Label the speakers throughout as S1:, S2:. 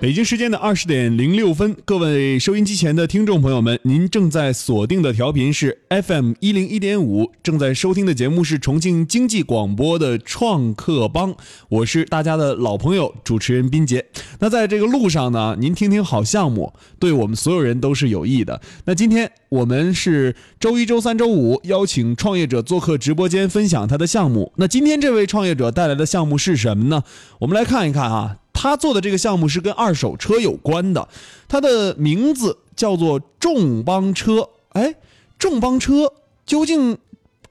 S1: 北京时间的二十点零六分，各位收音机前的听众朋友们，您正在锁定的调频是 FM 一零一点五，正在收听的节目是重庆经济广播的《创客帮》，我是大家的老朋友主持人斌杰。那在这个路上呢，您听听好项目，对我们所有人都是有益的。那今天我们是周一周三周五邀请创业者做客直播间，分享他的项目。那今天这位创业者带来的项目是什么呢？我们来看一看啊。他做的这个项目是跟二手车有关的，它的名字叫做众邦车。哎，众邦车究竟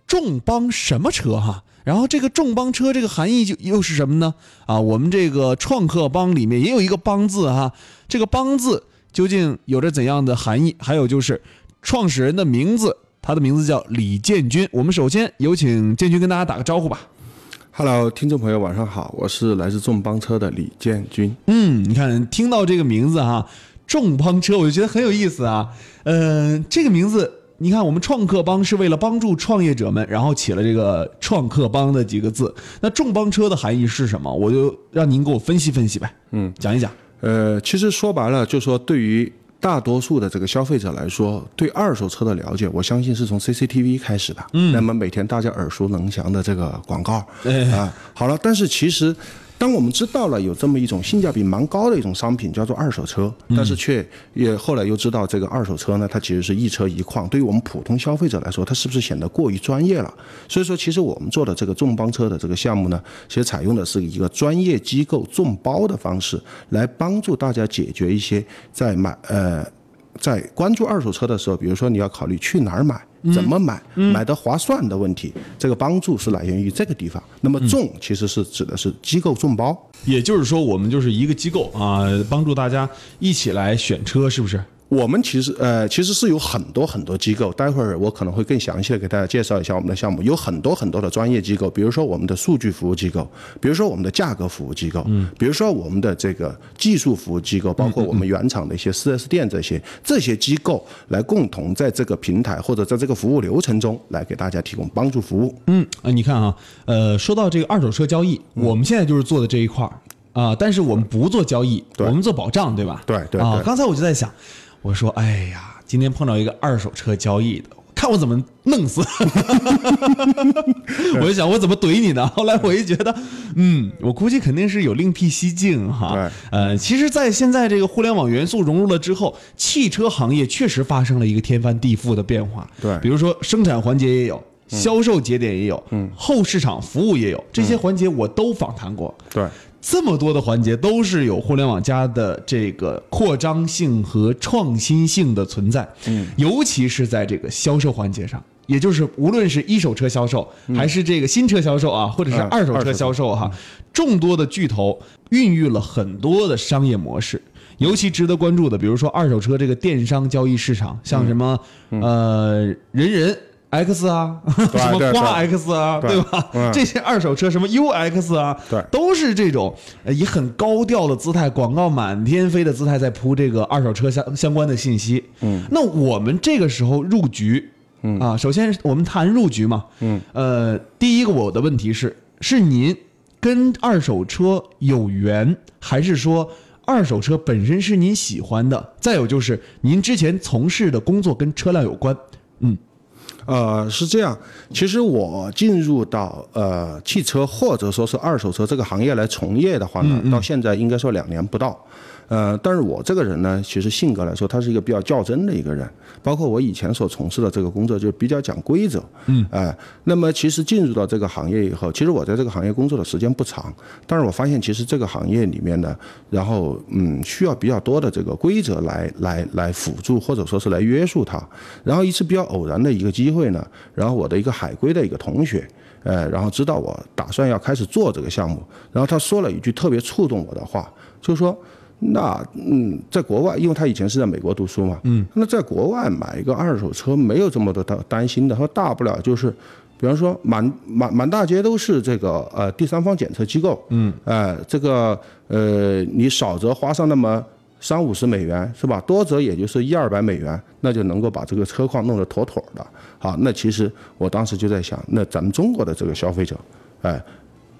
S1: 众邦什么车哈、然后这个众邦车这个含义就又是什么呢？啊，我们这个创客帮里面也有一个帮字哈、这个帮字究竟有着怎样的含义？还有就是创始人的名字，他的名字叫李建军。我们首先有请建军跟大家打个招呼吧。
S2: Hello，听众朋友，晚上好，我是来自众邦车的李建军。
S1: 嗯，你看，听到这个名字哈，众邦车，我就觉得很有意思啊。嗯、这个名字，你看，我们创客帮是为了帮助创业者们，然后起了这个“创客帮”的几个字。那众邦车的含义是什么？我就让您给我分析分析呗。嗯，讲一讲。
S2: 呃，其实说白了，就说对于大多数的这个消费者来说，对二手车的了解，我相信是从 CCTV 开始的。嗯，那么每天大家耳熟能详的这个广告，啊，好了，但是其实。当我们知道了有这么一种性价比蛮高的一种商品叫做二手车，但是却也后来又知道这个二手车呢，它其实是一车一况。对于我们普通消费者来说，它是不是显得过于专业了？所以说，其实我们做的这个众邦车的这个项目呢，其实采用的是一个专业机构众包的方式，来帮助大家解决一些在买呃在关注二手车的时候，比如说你要考虑去哪儿买、怎么买、买的划算的问题，这个帮助是来源于这个地方。那么众其实是指的是机构众包，
S1: 也就是说，我们就是一个机构啊，帮助大家一起来选车，是不是？
S2: 我们其实呃，其实是有很多很多机构，待会儿我可能会更详细的给大家介绍一下我们的项目，有很多很多的专业机构，比如说我们的数据服务机构，比如说我们的价格服务机构，嗯，比如说我们的这个技术服务机构，包括我们原厂的一些 4S 店这些这些机构来共同在这个平台或者在这个服务流程中来给大家提供帮助服务。
S1: 嗯，啊，你看啊，呃，说到这个二手车交易，我们现在就是做的这一块儿啊、但是我们不做交易，我们做保障，对吧？
S2: 对对
S1: 啊，
S2: 对
S1: 刚才我就在想，我说，哎呀，今天碰到一个二手车交易的。看我怎么弄死！ 我就想我怎么怼你呢？后来我一觉得，嗯，我估计肯定是有另辟蹊径哈。
S2: 对
S1: 呃，其实，在现在这个互联网元素融入了之后，汽车行业确实发生了一个天翻地覆的变化。
S2: 对
S1: 比如说生产环节也有，销售节点也有，嗯，后市场服务也有，这些环节我都访谈过。
S2: 对。
S1: 这么多的环节都是有互联网加的这个扩张性和创新性的存在，嗯，尤其是在这个销售环节上，也就是无论是一手车销售，还是这个新车销售啊，或者是
S2: 嗯
S1: 二手
S2: 二
S1: 车
S2: 手车
S1: 销售哈、众多的巨头孕育了很多的商业模式。尤其值得关注的，比如说二手车这个电商交易市场，像什么、呃人人 X 啊，
S2: 对
S1: 什么
S2: 对
S1: 花
S2: 对
S1: X 啊，
S2: 对
S1: 对吧？
S2: 嗯
S1: 这些二手车什么 UX 啊，
S2: 对
S1: 都是这种呃以很高调的姿态、广告满天飞的姿态在铺这个二手车相相关的信息。嗯，那我们这个时候入局，嗯啊，首先我们谈入局嘛，嗯，呃，第一个我的问题是，是您跟二手车有缘，还是说？二手车本身是您喜欢的，再有就是您之前从事的工作跟车辆有关，嗯，
S2: 呃，是这样，其实我进入到呃汽车或者说是二手车这个行业来从业的话呢，到现在应该说两年不到。呃，但是我这个人呢，其实性格来说，他是一个比较较真的一个人，包括我以前所从事的这个工作，就比较讲规则。嗯，哎、那么其实进入到这个行业以后，其实我在这个行业工作的时间不长，但是我发现其实这个行业里面呢，然后嗯，需要比较多的这个规则来来来辅助或者说是来约束它。然后一次比较偶然的一个机会呢，然后我的一个海归的一个同学，呃，然后知道我打算要开始做这个项目，然后他说了一句特别触动我的话，就是说。那嗯，在国外，因为他以前是在美国读书嘛，嗯，那在国外买一个二手车没有这么多担担心的，他说大不了就是，比方说满满满大街都是这个呃第三方检测机构，嗯，呃这个呃你少则花上那么三五十美元是吧？多则也就是一二百美元，那就能够把这个车况弄得妥妥的。好，那其实我当时就在想，那咱们中国的这个消费者，哎、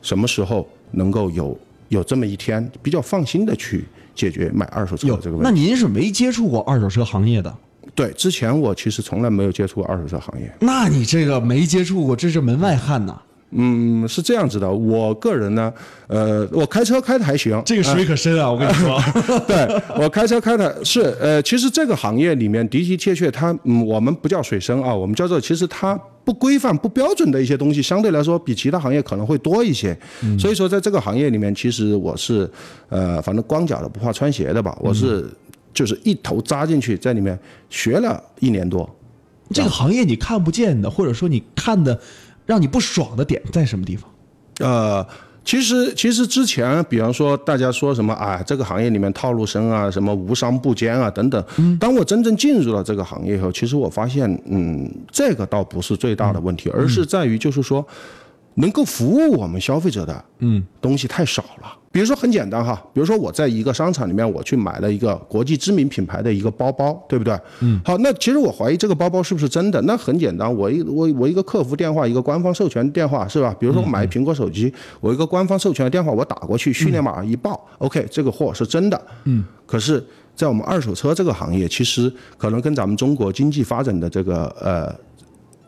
S2: 什么时候能够有有这么一天比较放心的去解决买二手车
S1: 有
S2: 的这个问
S1: 那
S2: 题。
S1: 您是没接触过二手车行业的，
S2: 对，之前我其实从来没有接触过二手车行业。
S1: 那你这个没接触过，这是门外汉呐、
S2: 嗯，是这样子的，我个人呢，呃，我开车开的还 行，
S1: 这个水可深啊！我跟你说，
S2: 对我开车开的是，呃，其实这个行业里面的的确确它，嗯，我们不叫水深啊，我们叫做其实它不规范、不标准的一些东西，相对来说比其他行业可能会多一些。所以说，在这个行业里面，其实我是，呃，反正光脚的不怕穿鞋的吧，我是就是一头扎进去，在里面学了一年多。
S1: 这个行业你看不见的，或者说你看的让你不爽的点在什么地方？
S2: 呃，其实其实之前，比方说大家说什么啊，这个行业里面套路深啊，什么无商不奸啊等等。当我真正进入了这个行业以后，其实我发现，嗯，这个倒不是最大的问题，而是在于就是说，能够服务我们消费者的，嗯，东西太少了。比如说很简单哈，比如说我在一个商场里面，我去买了一个国际知名品牌的一个包包，对不对？嗯。好，那其实我怀疑这个包包是不是真的？那很简单，我一我我一个客服电话，一个官方授权电话是吧？比如说我买苹果手机，我一个官方授权的电话，我打过去，序列码一报、o k 这个货是真的。嗯。可是，在我们二手车这个行业，其实可能跟咱们中国经济发展的这个呃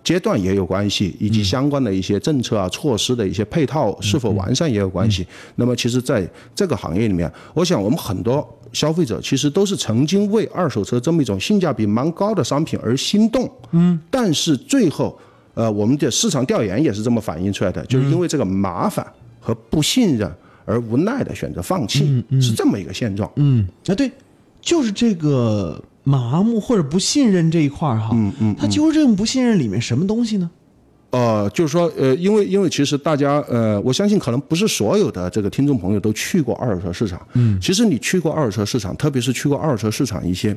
S2: 阶段也有关系，以及相关的一些政策啊、措施的一些配套是否完善也有关系。那么，其实在这个行业里面，我想我们很多消费者其实都是曾经为二手车这么一种性价比蛮高的商品而心动，嗯，但是最后，呃，我们的市场调研也是这么反映出来的，就是因为这个麻烦和不信任而无奈的选择放弃，是这么一个现状。
S1: 嗯，啊对，就是这个麻木或者不信任这一块儿哈，嗯嗯，它究竟不信任里面什么东西呢？
S2: 呃，就是说，呃，因为因为其实大家，呃，我相信可能不是所有的这个听众朋友都去过二手车市场。嗯，其实你去过二手车市场，特别是去过二手车市场一些，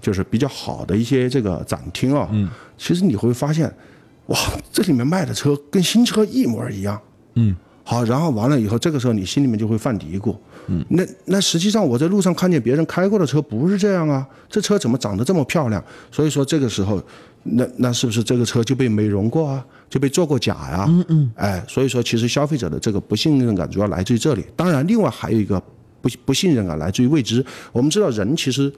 S2: 就是比较好的一些这个展厅啊、嗯，其实你会发现，哇，这里面卖的车跟新车一模一样。好，然后完了以后，这个时候你心里面就会犯嘀咕，嗯，那那实际上我在路上看见别人开过的车不是这样啊，这车怎么长得这么漂亮？所以说这个时候，那那是不是这个车就被美容过啊，就被做过假呀、嗯嗯，哎，所以说其实消费者的这个不信任感主要来自于这里。当然，另外还有一个不不信任感来自于未知。我们知道人其实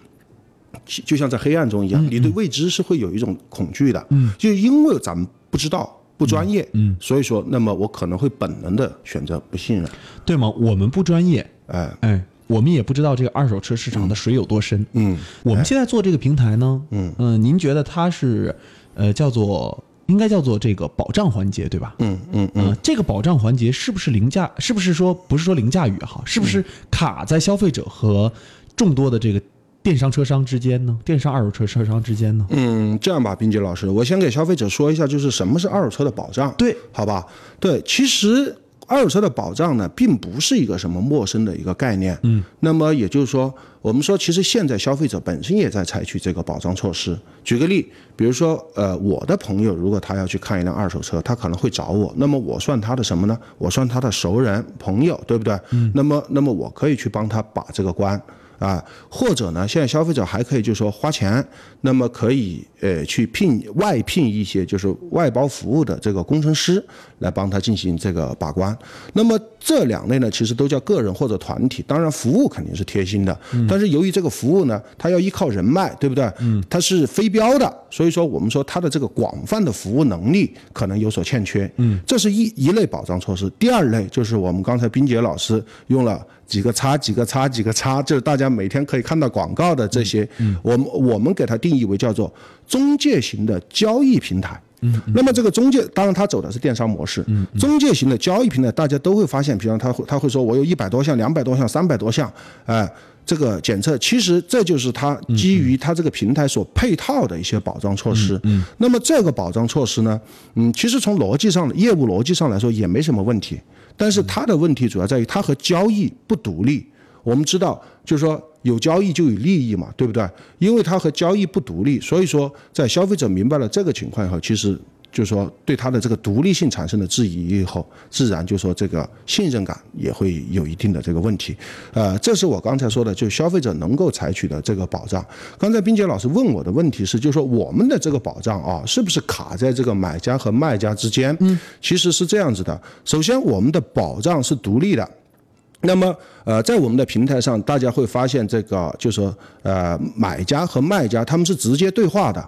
S2: 就就像在黑暗中一样，你对未知是会有一种恐惧的，嗯，就因为咱们不知道。不专业，嗯，所以说，那么我可能会本能的选择不信任，
S1: 对吗？我们不专业，
S2: 哎，
S1: 哎，我们也不知道这个二手车市场的水有多深。
S2: 嗯，
S1: 我们现在做这个平台呢，嗯您觉得它是呃叫做应该叫做这个保障环节对吧？
S2: 嗯嗯，
S1: 呃，这个保障环节是不是凌驾？是不是说不是说凌驾于哈？是不
S2: 嗯
S1: 是卡在消费者和众多的这个电商车商之间呢？电商二手车车商之间呢？
S2: 嗯，这样吧，冰杰老师，我先给消费者说一下，就是什么是二手车的保障，
S1: 对，
S2: 好吧？对，其实二手车的保障呢，并不是一个什么陌生的一个概念，嗯，那么也就是说，我们说其实现在消费者本身也在采取这个保障措施。举个例，比如说，呃，我的朋友如果他要去看一辆二手车，他可能会找我，那么我算他的什么呢？我算他的熟人朋友，对不对？嗯，那么那么我可以去帮他把这个关。啊，或者呢，现在消费者还可以就是说花钱，那么可以呃去聘外聘一些就是外包服务的这个工程师来帮他进行这个把关。那么这两类呢，其实都叫个人或者团体，当然服务肯定是贴心的，但是由于这个服务呢，它要依靠人脉，对不对？嗯，它是非标的，所以说我们说它的这个广泛的服务能力可能有所欠缺。嗯，这是一一类保障措施。第二类就是我们刚才冰杰老师用了。几个叉几个叉几个叉，就是大家每天可以看到广告的这些，我们我们给它定义为叫做中介型的交易平台。嗯，那么这个中介，当然他走的是电商模式。嗯，中介型的交易平台，大家都会发现，比方他会他会说，我有一百多项、两百多项、三百多项，哎、这个检测，其实这就是它基于它这个平台所配套的一些保障措施。嗯，那么这个保障措施呢，嗯，其实从逻辑上、业务逻辑上来说也没什么问题，但是它的问题主要在于它和交易不独立。我们知道，就是说有交易就有利益嘛，对不对？因为它和交易不独立，所以说在消费者明白了这个情况以后，其实就是说对它的这个独立性产生了质疑以后，自然就说这个信任感也会有一定的这个问题。呃，这是我刚才说的，就是消费者能够采取的这个保障。刚才冰姐老师问我的问题是，就是说我们的这个保障啊，是不是卡在这个买家和卖家之间？嗯，其实是这样子的。首先，我们的保障是独立的。那么，呃，在我们的平台上，大家会发现这个就是说呃，买家和卖家他们是直接对话的，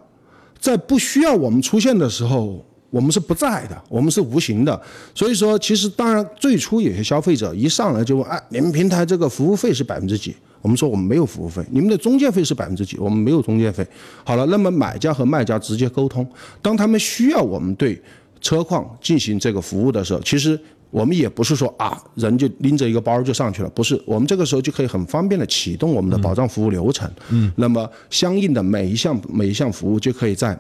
S2: 在不需要我们出现的时候，我们是不在的，我们是无形的。所以说，其实当然最初有些消费者一上来就问，哎，你们平台这个服务费是百分之几？我们说我们没有服务费，你们的中介费是百分之几？我们没有中介费。好了，那么买家和卖家直接沟通，当他们需要我们对车况进行这个服务的时候，其实我们也不是说啊，人就拎着一个包就上去了，不是，我们这个时候就可以很方便的启动我们的保障服务流程。嗯，那么相应的每一项每一项服务就可以在。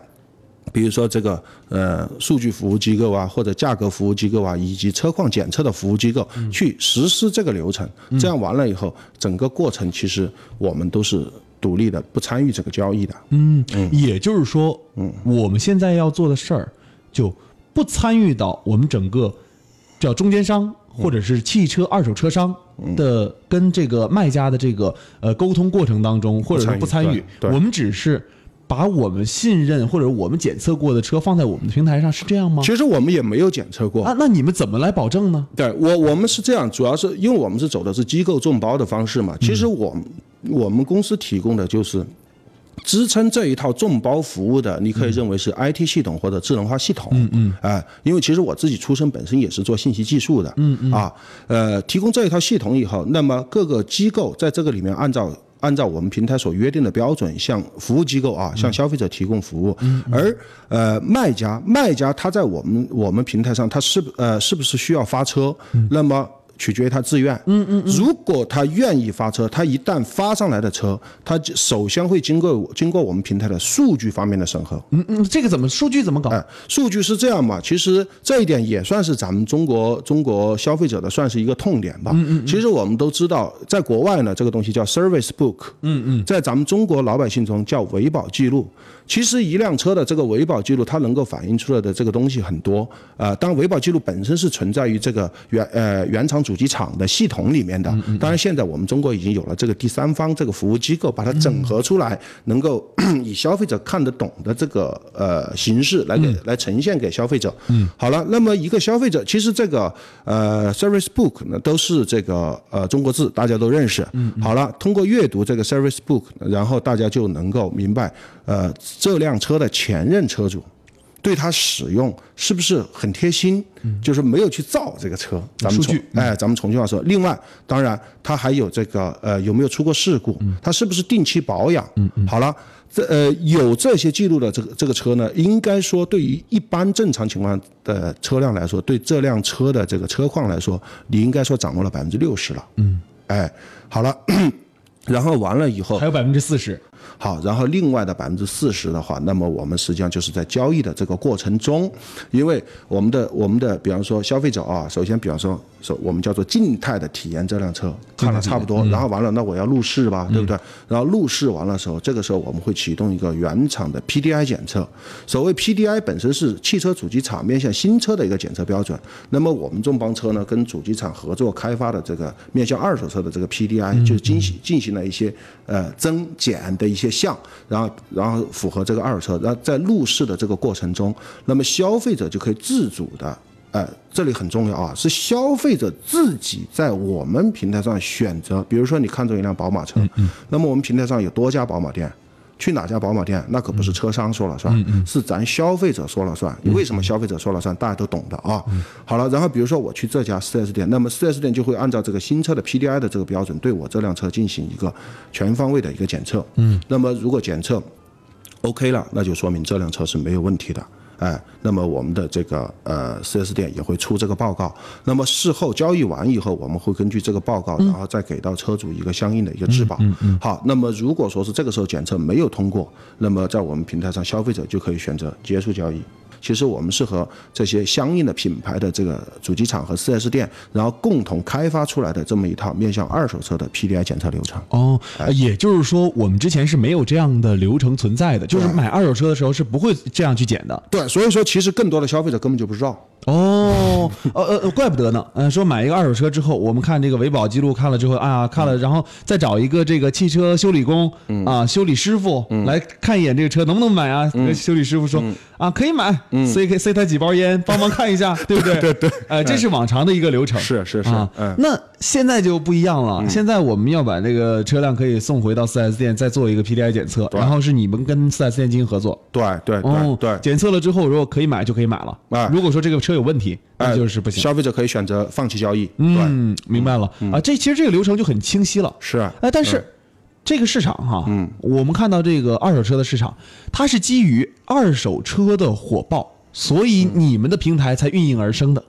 S2: 比如说这个呃数据服务机构啊，或者价格服务机构啊，以及车况检测的服务机构去实施这个流程，这样完了以后，整个过程其实我们都是独立的，不参与这个交易的。
S1: 嗯也就是说，我们现在要做的事儿就不参与到我们整个叫中间商或者是汽车二手车商的跟这个卖家的这个呃沟通过程当中，或者是不参与，
S2: 对对
S1: 我们只是把我们信任或者我们检测过的车放在我们的平台上，是这样吗？
S2: 其实我们也没有检测过，
S1: 啊，那你们怎么来保证呢？
S2: 对我，我们是这样，主要是因为我们是走的是机构众包的方式嘛。其实我们、我们公司提供的就是支撑这一套众包服务的，你可以认为是 IT 系统或者智能化系统。嗯嗯。哎、因为其实我自己出身本身也是做信息技术的。嗯嗯。啊，呃，提供这一套系统以后，那么各个机构在这个里面按照。按照我们平台所约定的标准，向服务机构啊，向消费者提供服务。而呃，卖家，卖家他在我们我们平台上，他是不呃是不是需要发车？那么。取决于他自愿。嗯嗯。如果他愿意发车，他一旦发上来的车，他就首先会经过经过我们平台的数据方面的审核。
S1: 嗯嗯，这个怎么数据怎么搞？
S2: 哎，数据是这样嘛？其实这一点也算是咱们中国中国消费者的算是一个痛点吧。嗯嗯。其实我们都知道，在国外呢，这个东西叫 service book。嗯嗯。在咱们中国老百姓中叫维保记录。其实一辆车的这个维保记录，它能够反映出来的这个东西很多。呃，当然维保记录本身是存在于这个原呃原厂主机厂的系统里面的。当然，现在我们中国已经有了这个第三方这个服务机构，把它整合出来，能够以消费者看得懂的这个呃形式来给来呈现给消费者。嗯，好了，那么一个消费者，其实这个呃 service book 呢都是这个呃中国字，大家都认识。嗯，好了，通过阅读这个 service book，然后大家就能够明白，呃，这辆车的前任车主。对它使用是不是很贴心？就是没有去造这个车。咱们
S1: 嗯数据嗯
S2: 从哎，咱们重新话说。另外，当然它还有这个呃有没有出过事故？
S1: 嗯
S2: 它是不是定期保养？好了，这呃有这些记录的这个这个车呢，应该说对于一般正常情况的车辆来说，对这辆车的这个车况来说，你应该说掌握了百分之六十了。嗯，哎，好了， 然后完了以后
S1: 还，有百分之四十，
S2: 好，然后另外的百分之四十的话，那么我们实际上就是在交易的这个过程中，因为我们的我们的，比方说消费者啊，首先比方说，首我们叫做静态的体验这嗯辆车，看了差不多，然后完了，那我要路试吧，对不对？然后路试完了时候，这个时候我们会启动一个原厂的 PDI 检测。所谓 PDI 本身是汽车主机厂面向新车的一个检测标准，那么我们众邦车呢，跟主机厂合作开发的这个面向二手车的这个 PDI，就是进行进行了一些呃增减的一些项，然后然后符合这个二手车，然后在路试的这个过程中，那么消费者就可以自主的。呃，这里很重要啊，是消费者自己在我们平台上选择。比如说，你看中一辆宝马车，那么我们平台上有多家宝马店，去哪家宝马店，那可不是车商说了算，是咱消费者说了算。为什么消费者说了算？大家都懂的啊。好了，然后比如说我去这家 4S 店，那么 4S 店就会按照这个新车的 PDI 的这个标准，对我这辆车进行一个全方位的一个检测。嗯，那么如果检测 OK 了，那就说明这辆车是没有问题的。哎，那么我们的这个呃 4S 店也会出这个报告。那么事后交易完以后，我们会根据这个报告，然后再给到车主一个相应的一个质保。好，那么如果说是这个时候检测没有通过，那么在我们平台上消费者就可以选择结束交易。其实我们是和这些相应的品牌的这个主机厂和 4S 店，然后共同开发出来的这么一套面向二手车的 PDI 检测流程。
S1: 哦，呃也就是说，我们之前是没有这样的流程存在的，就是买二手车的时候是不会这样去检的。
S2: 对，所以说其实更多的消费者根本就不知道。
S1: 哦，呃呃，呃怪不得呢。嗯、说买一个二手车之后，我们看这个维保记录看了之后啊，看
S2: 嗯
S1: 了，然后再找一个这个汽
S2: 嗯
S1: 车修理工、啊，修理师傅、来看一眼这个车能不能买啊。修理师傅说、啊，可以买，塞给塞他几包烟，帮忙看一下，对不对？
S2: 嗯 对对
S1: 呃，这是往常的一个流程。
S2: 是是是
S1: 啊
S2: 嗯
S1: 那现在就不一样了，现在我们要把这个车辆可以送回到 4S 店，再做一个 PDI 检测，然后是你们跟 4S 店进行合作。
S2: 对对
S1: 哦
S2: 对，对，
S1: 检测了之后，如果可以买就可以买了。
S2: 哎
S1: 如果说这个车有问题，
S2: 哎
S1: 那就是不行。
S2: 消费者可以选择放弃交易，对，
S1: 嗯，明白了啊，这其实这个流程就很清晰了。
S2: 是啊
S1: 哎，但是这个市场哈，嗯，我们看到这个二手车的市场，它是基于二手车的火爆，所
S2: 嗯
S1: 以你们的平台才运营而生的，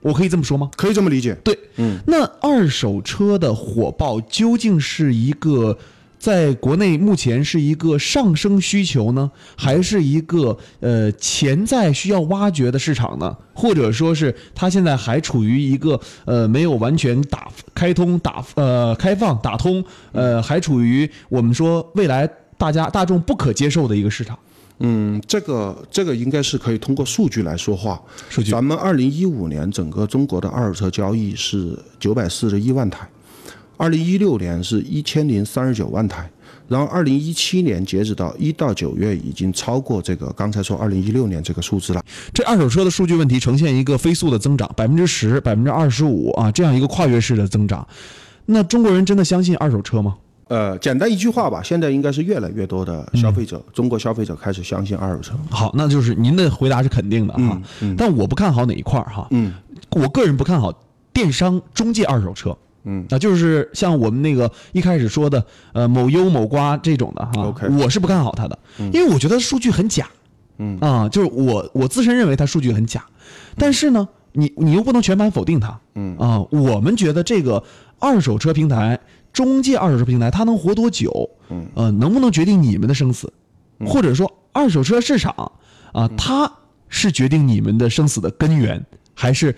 S1: 我可以这么说吗？
S2: 可以这么理解。
S1: 对，嗯，那二手车的火爆究竟是一个在国内目前是一个上升需求呢，还是一个呃潜在需要挖掘的市场呢？或者说是它现在还处于一个呃没有完全打开通打呃开放打通呃还处于我们说未来大家大众不可接受的一个市场？
S2: 嗯，这个这个应该是可以通过数据来说话。
S1: 数据
S2: 咱们二零一五年整个中国的二手车交易是九百四十一万台，二零一六年是一千零三十九万台，然后二零一七年截止到一到九月已经超过这个刚才说二零一六年这个数字了。
S1: 这二手车的数据问题呈现一个飞速的增长，百分之十、百分之二十五啊，这样一个跨越式的增长。那中国人真的相信二手车吗？
S2: 呃，简单一句话吧，现在应该是越来越多的消费者，
S1: 嗯
S2: 中国消费者开始相信二手车。
S1: 好，那就是您的回答是肯定的哈，但我不看好哪一块儿哈，嗯，我个人不看好电商中介二手车，嗯，啊，就是像我们那个一开始说的，呃，某优某瓜这种的哈
S2: OK
S1: 我是不看好它的，因为我觉得数据很假，嗯啊，就是我我自身认为它数据很假，但是呢，你你又不能全盘否定它，嗯啊，我们觉得这个二手车平台。中介二手车平台它能活多久？嗯，呃，能不能决定你们的生死？或者说二手车市场啊，它是决定你们的生死的根源，还是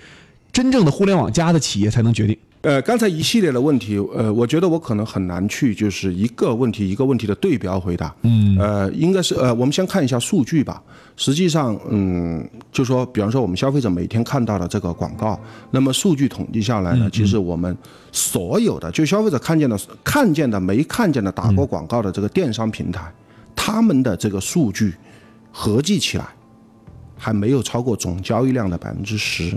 S1: 真正的互联网加的企业才能决定？
S2: 呃，刚才一系列的问题，呃，我觉得我可能很难去就是一个问题一个问题的对标回答。嗯，呃，应该是呃，我们先看一下数据吧。实际上，嗯，就说，比方说我们消费者每天看到的这个广告，那么数据统计下来呢，其实我们所有的就消费者看见的、看见的、没看见的打过广告的这个电商平台，他们的这个数据合计起来，还没有超过总交易量的百分之十。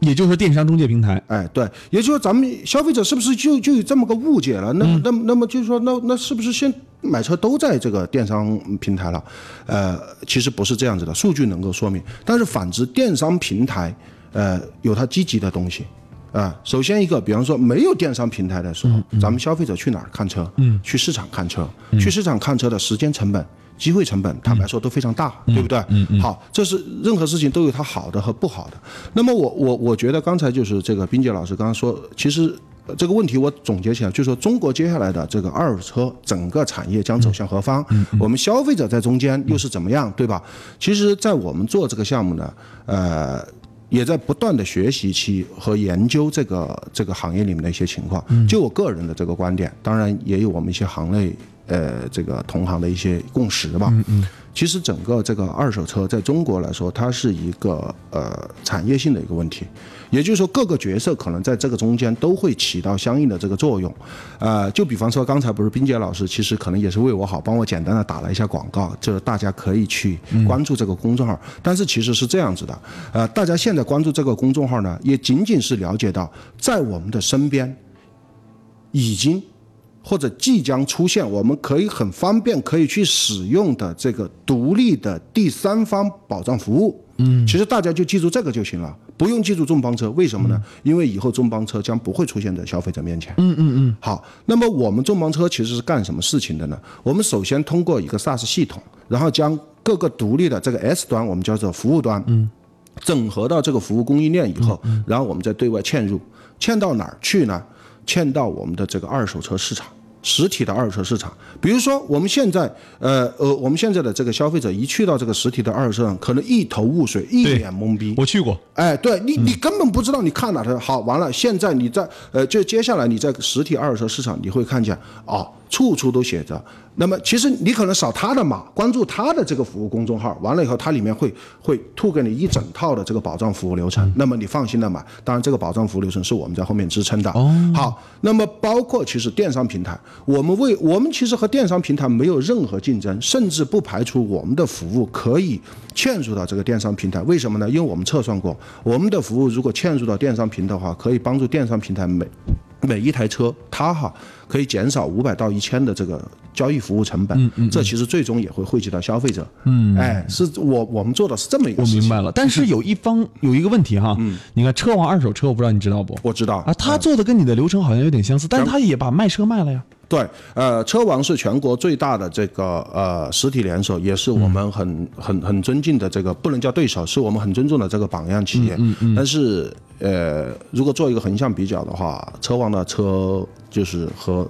S1: 也就是说，电商中介平台
S2: 哎，对，也就是说，咱们消费者是不是就就有这么个误解了？那、那那么就是说，那那是不是先买车都在这个电商平台了？呃，其实不是这样子的，数据能够说明。但是反之，电商平台呃有它积极的东西。啊，首先一个，比方说没有电商平台的时候，咱们消费者去哪儿看车？嗯，去市场看车，去市场看车的时间成本、机会成本，坦白说都非常大，对不对？嗯嗯。好，这是任何事情都有它好的和不好的。那么我我我觉得刚才就是这个冰姐老师刚刚说，其实呃这个问题我总结起来，就是说中国接下来的这个二手车整个产业将走向何方，我们消费者在中间又是怎么样，对吧？其实，在我们做这个项目呢，呃，也在不断的学习期和研究这个这个行业里面的一些情况。就我个人的这个观点，当然也有我们一些行内呃这个同行的一些共识吧。嗯嗯。其实整个这个二手车在中国来说，它是一个呃产业性的一个问题，也就是说各个角色可能在这个中间都会起到相应的这个作用。呃，就比方说刚才不是冰姐老师，其实可能也是为我好，帮我简单的打了一下广告，就是大家可以去关注这个公众号。但是其实是这样子的，呃，大家现在关注这个公众号呢，也仅仅是了解到在我们的身边已经或者即将出现，我们可以很方便可以去使用的这个独立的第三方保障服务。嗯，其实大家就记住这个就行了，不用记住重磅车，为什么呢？因为以后重磅车将不会出现在消费者面前。嗯嗯嗯。好，那么我们重磅车其实是干什么事情的呢？我们首先通过一个 SaaS 系统，然后将各个独立的这个 S 端，我们叫做服务端，嗯，整合到这个服务供应链以后，然后我们再对外嵌入，嵌到哪儿去呢？嵌到我们的这个二手车市场，实体的二手车市场。比如说，我们现在，呃呃，我们现在的这个消费者一去到这个实体的二手车上，可能一头雾水，一脸懵逼。
S1: 嗯我去过，
S2: 哎，对你，你根本不知道你看哪台好，完了，现在你在呃，就接下来你在实体二手车市场，你会看见哦，处处都写着。那么其实你可能扫他的码，关注他的这个服务公众号，完了以后它里面会会吐给你一整套的这个保障服务流程，那么你放心的买。当然，这个保障服务流程是我们在后面支撑的。好，那么包括其实电商平台，我们为我们其实和电商平台没有任何竞争，甚至不排除我们的服务可以嵌入到这个电商平台。为什么呢？因为我们测算过，我们的服务如果嵌入到电商平台的话，可以帮助电商平台每每一台车，它哈可以减少五百到一千的这个交易服务成
S1: 嗯
S2: 本，这其实最终也会惠及到消费者。嗯，哎，是我我们做的是这么一个
S1: 我
S2: 事
S1: 明
S2: 情。
S1: 白了，但是有一方有一个问题哈，你看车王二手车，我不知道你知道不？
S2: 我知道
S1: 啊，他做的跟你的流程好像有点相似，但是他也把卖车卖了呀。
S2: 对，呃，车王是全国最大的这个呃实体连锁，也是我们很、很很尊敬的这个，不能叫对手，是我们很尊重的这个榜样企业。嗯嗯但是呃，如果做一个横向比较的话，车王的车就是和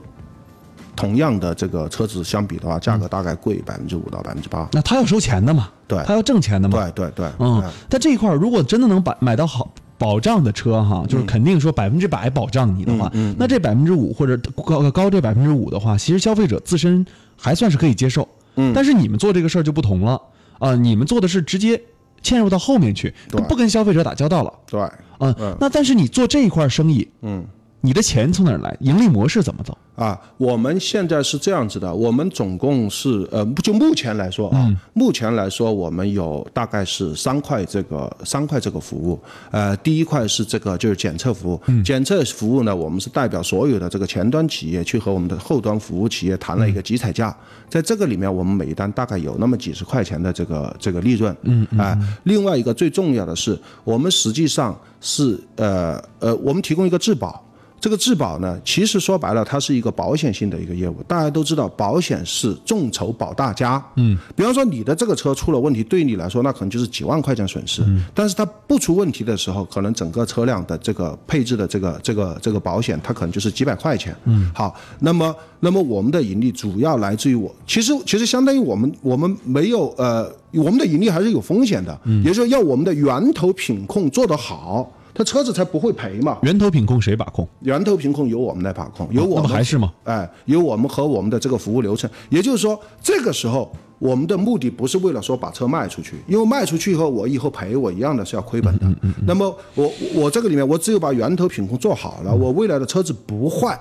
S2: 同样的这个车子相比的话，价格大概贵百分之五到百分之八。
S1: 那他要收钱的嘛，
S2: 对
S1: 他要挣钱的嘛。
S2: 对对对，
S1: 嗯
S2: 哎，
S1: 但这一块儿如果真的能把买到好保障的车哈，就是肯定说百分之百保障你的话，那这百分之五或者高高这百分之五的话，其实消费者自身还算是可以接受。嗯，但是你们做这个事儿就不同了啊、你们做的是直接嵌入到后面去，
S2: 对
S1: 不跟消费者打交道了。
S2: 对。
S1: 啊、那但是你做这一块生意，嗯，你的钱从哪儿来？盈利模式怎么走？
S2: 啊，我们现在是这样子的，我们总共是呃，就目前来说啊，目前来说我们有大概是三块这个三块这个服务，呃，第一块是这个就是检测服务，检测服务呢，我们是代表所有的这个前端企业去和我们的后端服务企业谈了一个集采价，在这个里面我们每一单大概有那么几十块钱的这个这个利润，嗯啊、另外一个最重要的是，我们实际上是呃呃，我们提供一个质保。这个质保呢，其实说白了，它是一个保险性的一个业务。大家都知道，保险是众筹保大家。嗯，比方说你的这个车出了问题，对你来说那可能就是几万块钱损失。嗯，但是它不出问题的时候，可能整个车辆的这个配置的这个这个这个保险，它可能就是几百块钱。嗯，好，那么那么我们的盈利主要来自于我，其实其实相当于我们我们没有呃，我们的盈利还是有风险的，也就是说要我们的源头品控做得好。它车子才不会赔嘛，
S1: 源头品控谁把控？
S2: 源头品控由我们来把控，由我
S1: 那不
S2: 们、
S1: 还是吗？
S2: 哎，由我们和我们的这个服务流程。也就是说，这个时候我们的目的不是为了说把车卖出去，因为卖出去以后我以后赔我一样的是要亏本
S1: 嗯
S2: 的。那么我我这个里面我只有把源头品控做好
S1: 嗯
S2: 了，我未来的车子不坏，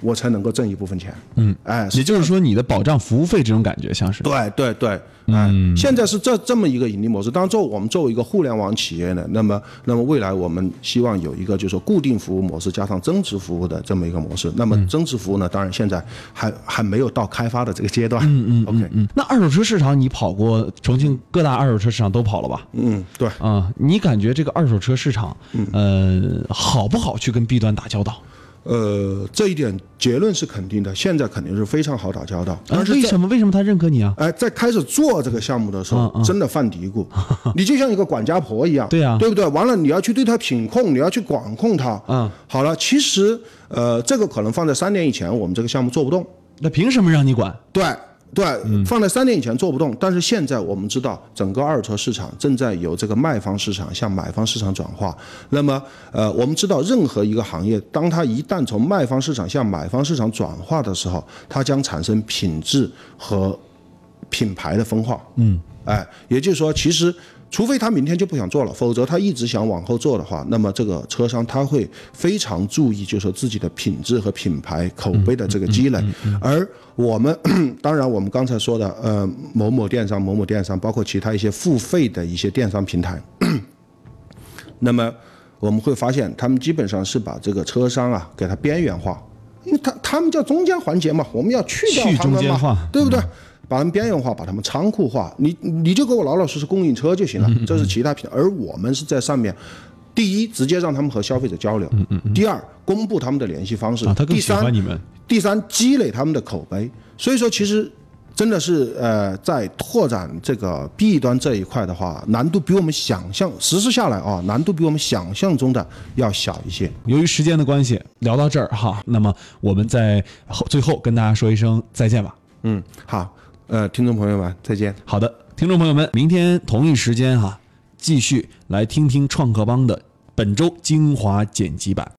S2: 我才能够挣一部分钱。嗯，哎，
S1: 也就是说，你的保障服务费这种感觉像是。
S2: 对对对，嗯，现在是这这么一个盈利模式。当然，作为我们作为一个互联网企业呢，那么那么未来我们希望有一个就是说固定服务模式加上增值服务的这么一个模式。那么增值服务呢，当然现在还还没有到开发的这个阶段。嗯嗯，OK，
S1: 嗯，那二手车市场你跑过重庆各大二手车市场都跑了吧？
S2: 嗯，对。
S1: 啊、你感觉这个二手车市场，呃，好不好去跟 B 端打交道？
S2: 呃，这一点结论是肯定的，现在肯定是非常好打交道。
S1: 啊
S2: 但是
S1: 为
S2: 在
S1: 什么为什么他认可你啊？
S2: 哎，在开始做这个项目的时候，真的犯 嘀咕，你就像一个管家婆一样，
S1: 嗯对啊
S2: 对不对？完了，你要去对他品控，你要去管控他。
S1: 嗯，
S2: 好了，其实呃，这个可能放在三年以前，我们这个项目做不动。
S1: 那凭什么让你管？
S2: 对对，
S1: 嗯
S2: 放在三年以前做不动，但是现在我们知道，整个二手车市场正在由这个卖方市场向买方市场转化。那么，呃，我们知道，任何一个行业，当它一旦从卖方市场向买方市场转化的时候，它将产生品质和品牌的分化。嗯，哎，也就是说，其实。除非他明天就不想做了，否则他一直想往后做的话，那么这个车商他会非常注意，就是说自己的品质和品牌口碑的这个积累。
S1: 嗯
S2: 而我们 当然，我们刚才说的，呃，某某电商、某某电商，包括其他一些付费的一些电商平台， 那么我们会发现，他们基本上是把这个车商啊给它边缘化，因为他他们叫中间环节嘛，我们要去掉
S1: 去
S2: 他们
S1: 中间
S2: 嘛
S1: 化，
S2: 对不对？把他们边缘化，把他们仓库化，你你就给我老老实实供应车就行
S1: 嗯
S2: 了，这是其他平台，而我们是在上面。第一，直接让他们和消费者交流；第二，公布他们的联系方式；
S1: 嗯啊，他更
S2: 第
S1: 喜
S2: 三，
S1: 欢你们。
S2: 第三，积累他们的口碑。所以说，其实真的是呃，在拓展这个 B 端这一块的话，难度比我们想象实施下来啊，难度比我们想象中的要小一些。
S1: 由于时间的关系，聊到这儿哈，那么我们在后最后跟大家说一声再见吧。
S2: 嗯，好，呃，听众朋友们，再见。
S1: 好的，听众朋友们，明天同一时间哈，继续来听听创客帮的本周精华剪辑版。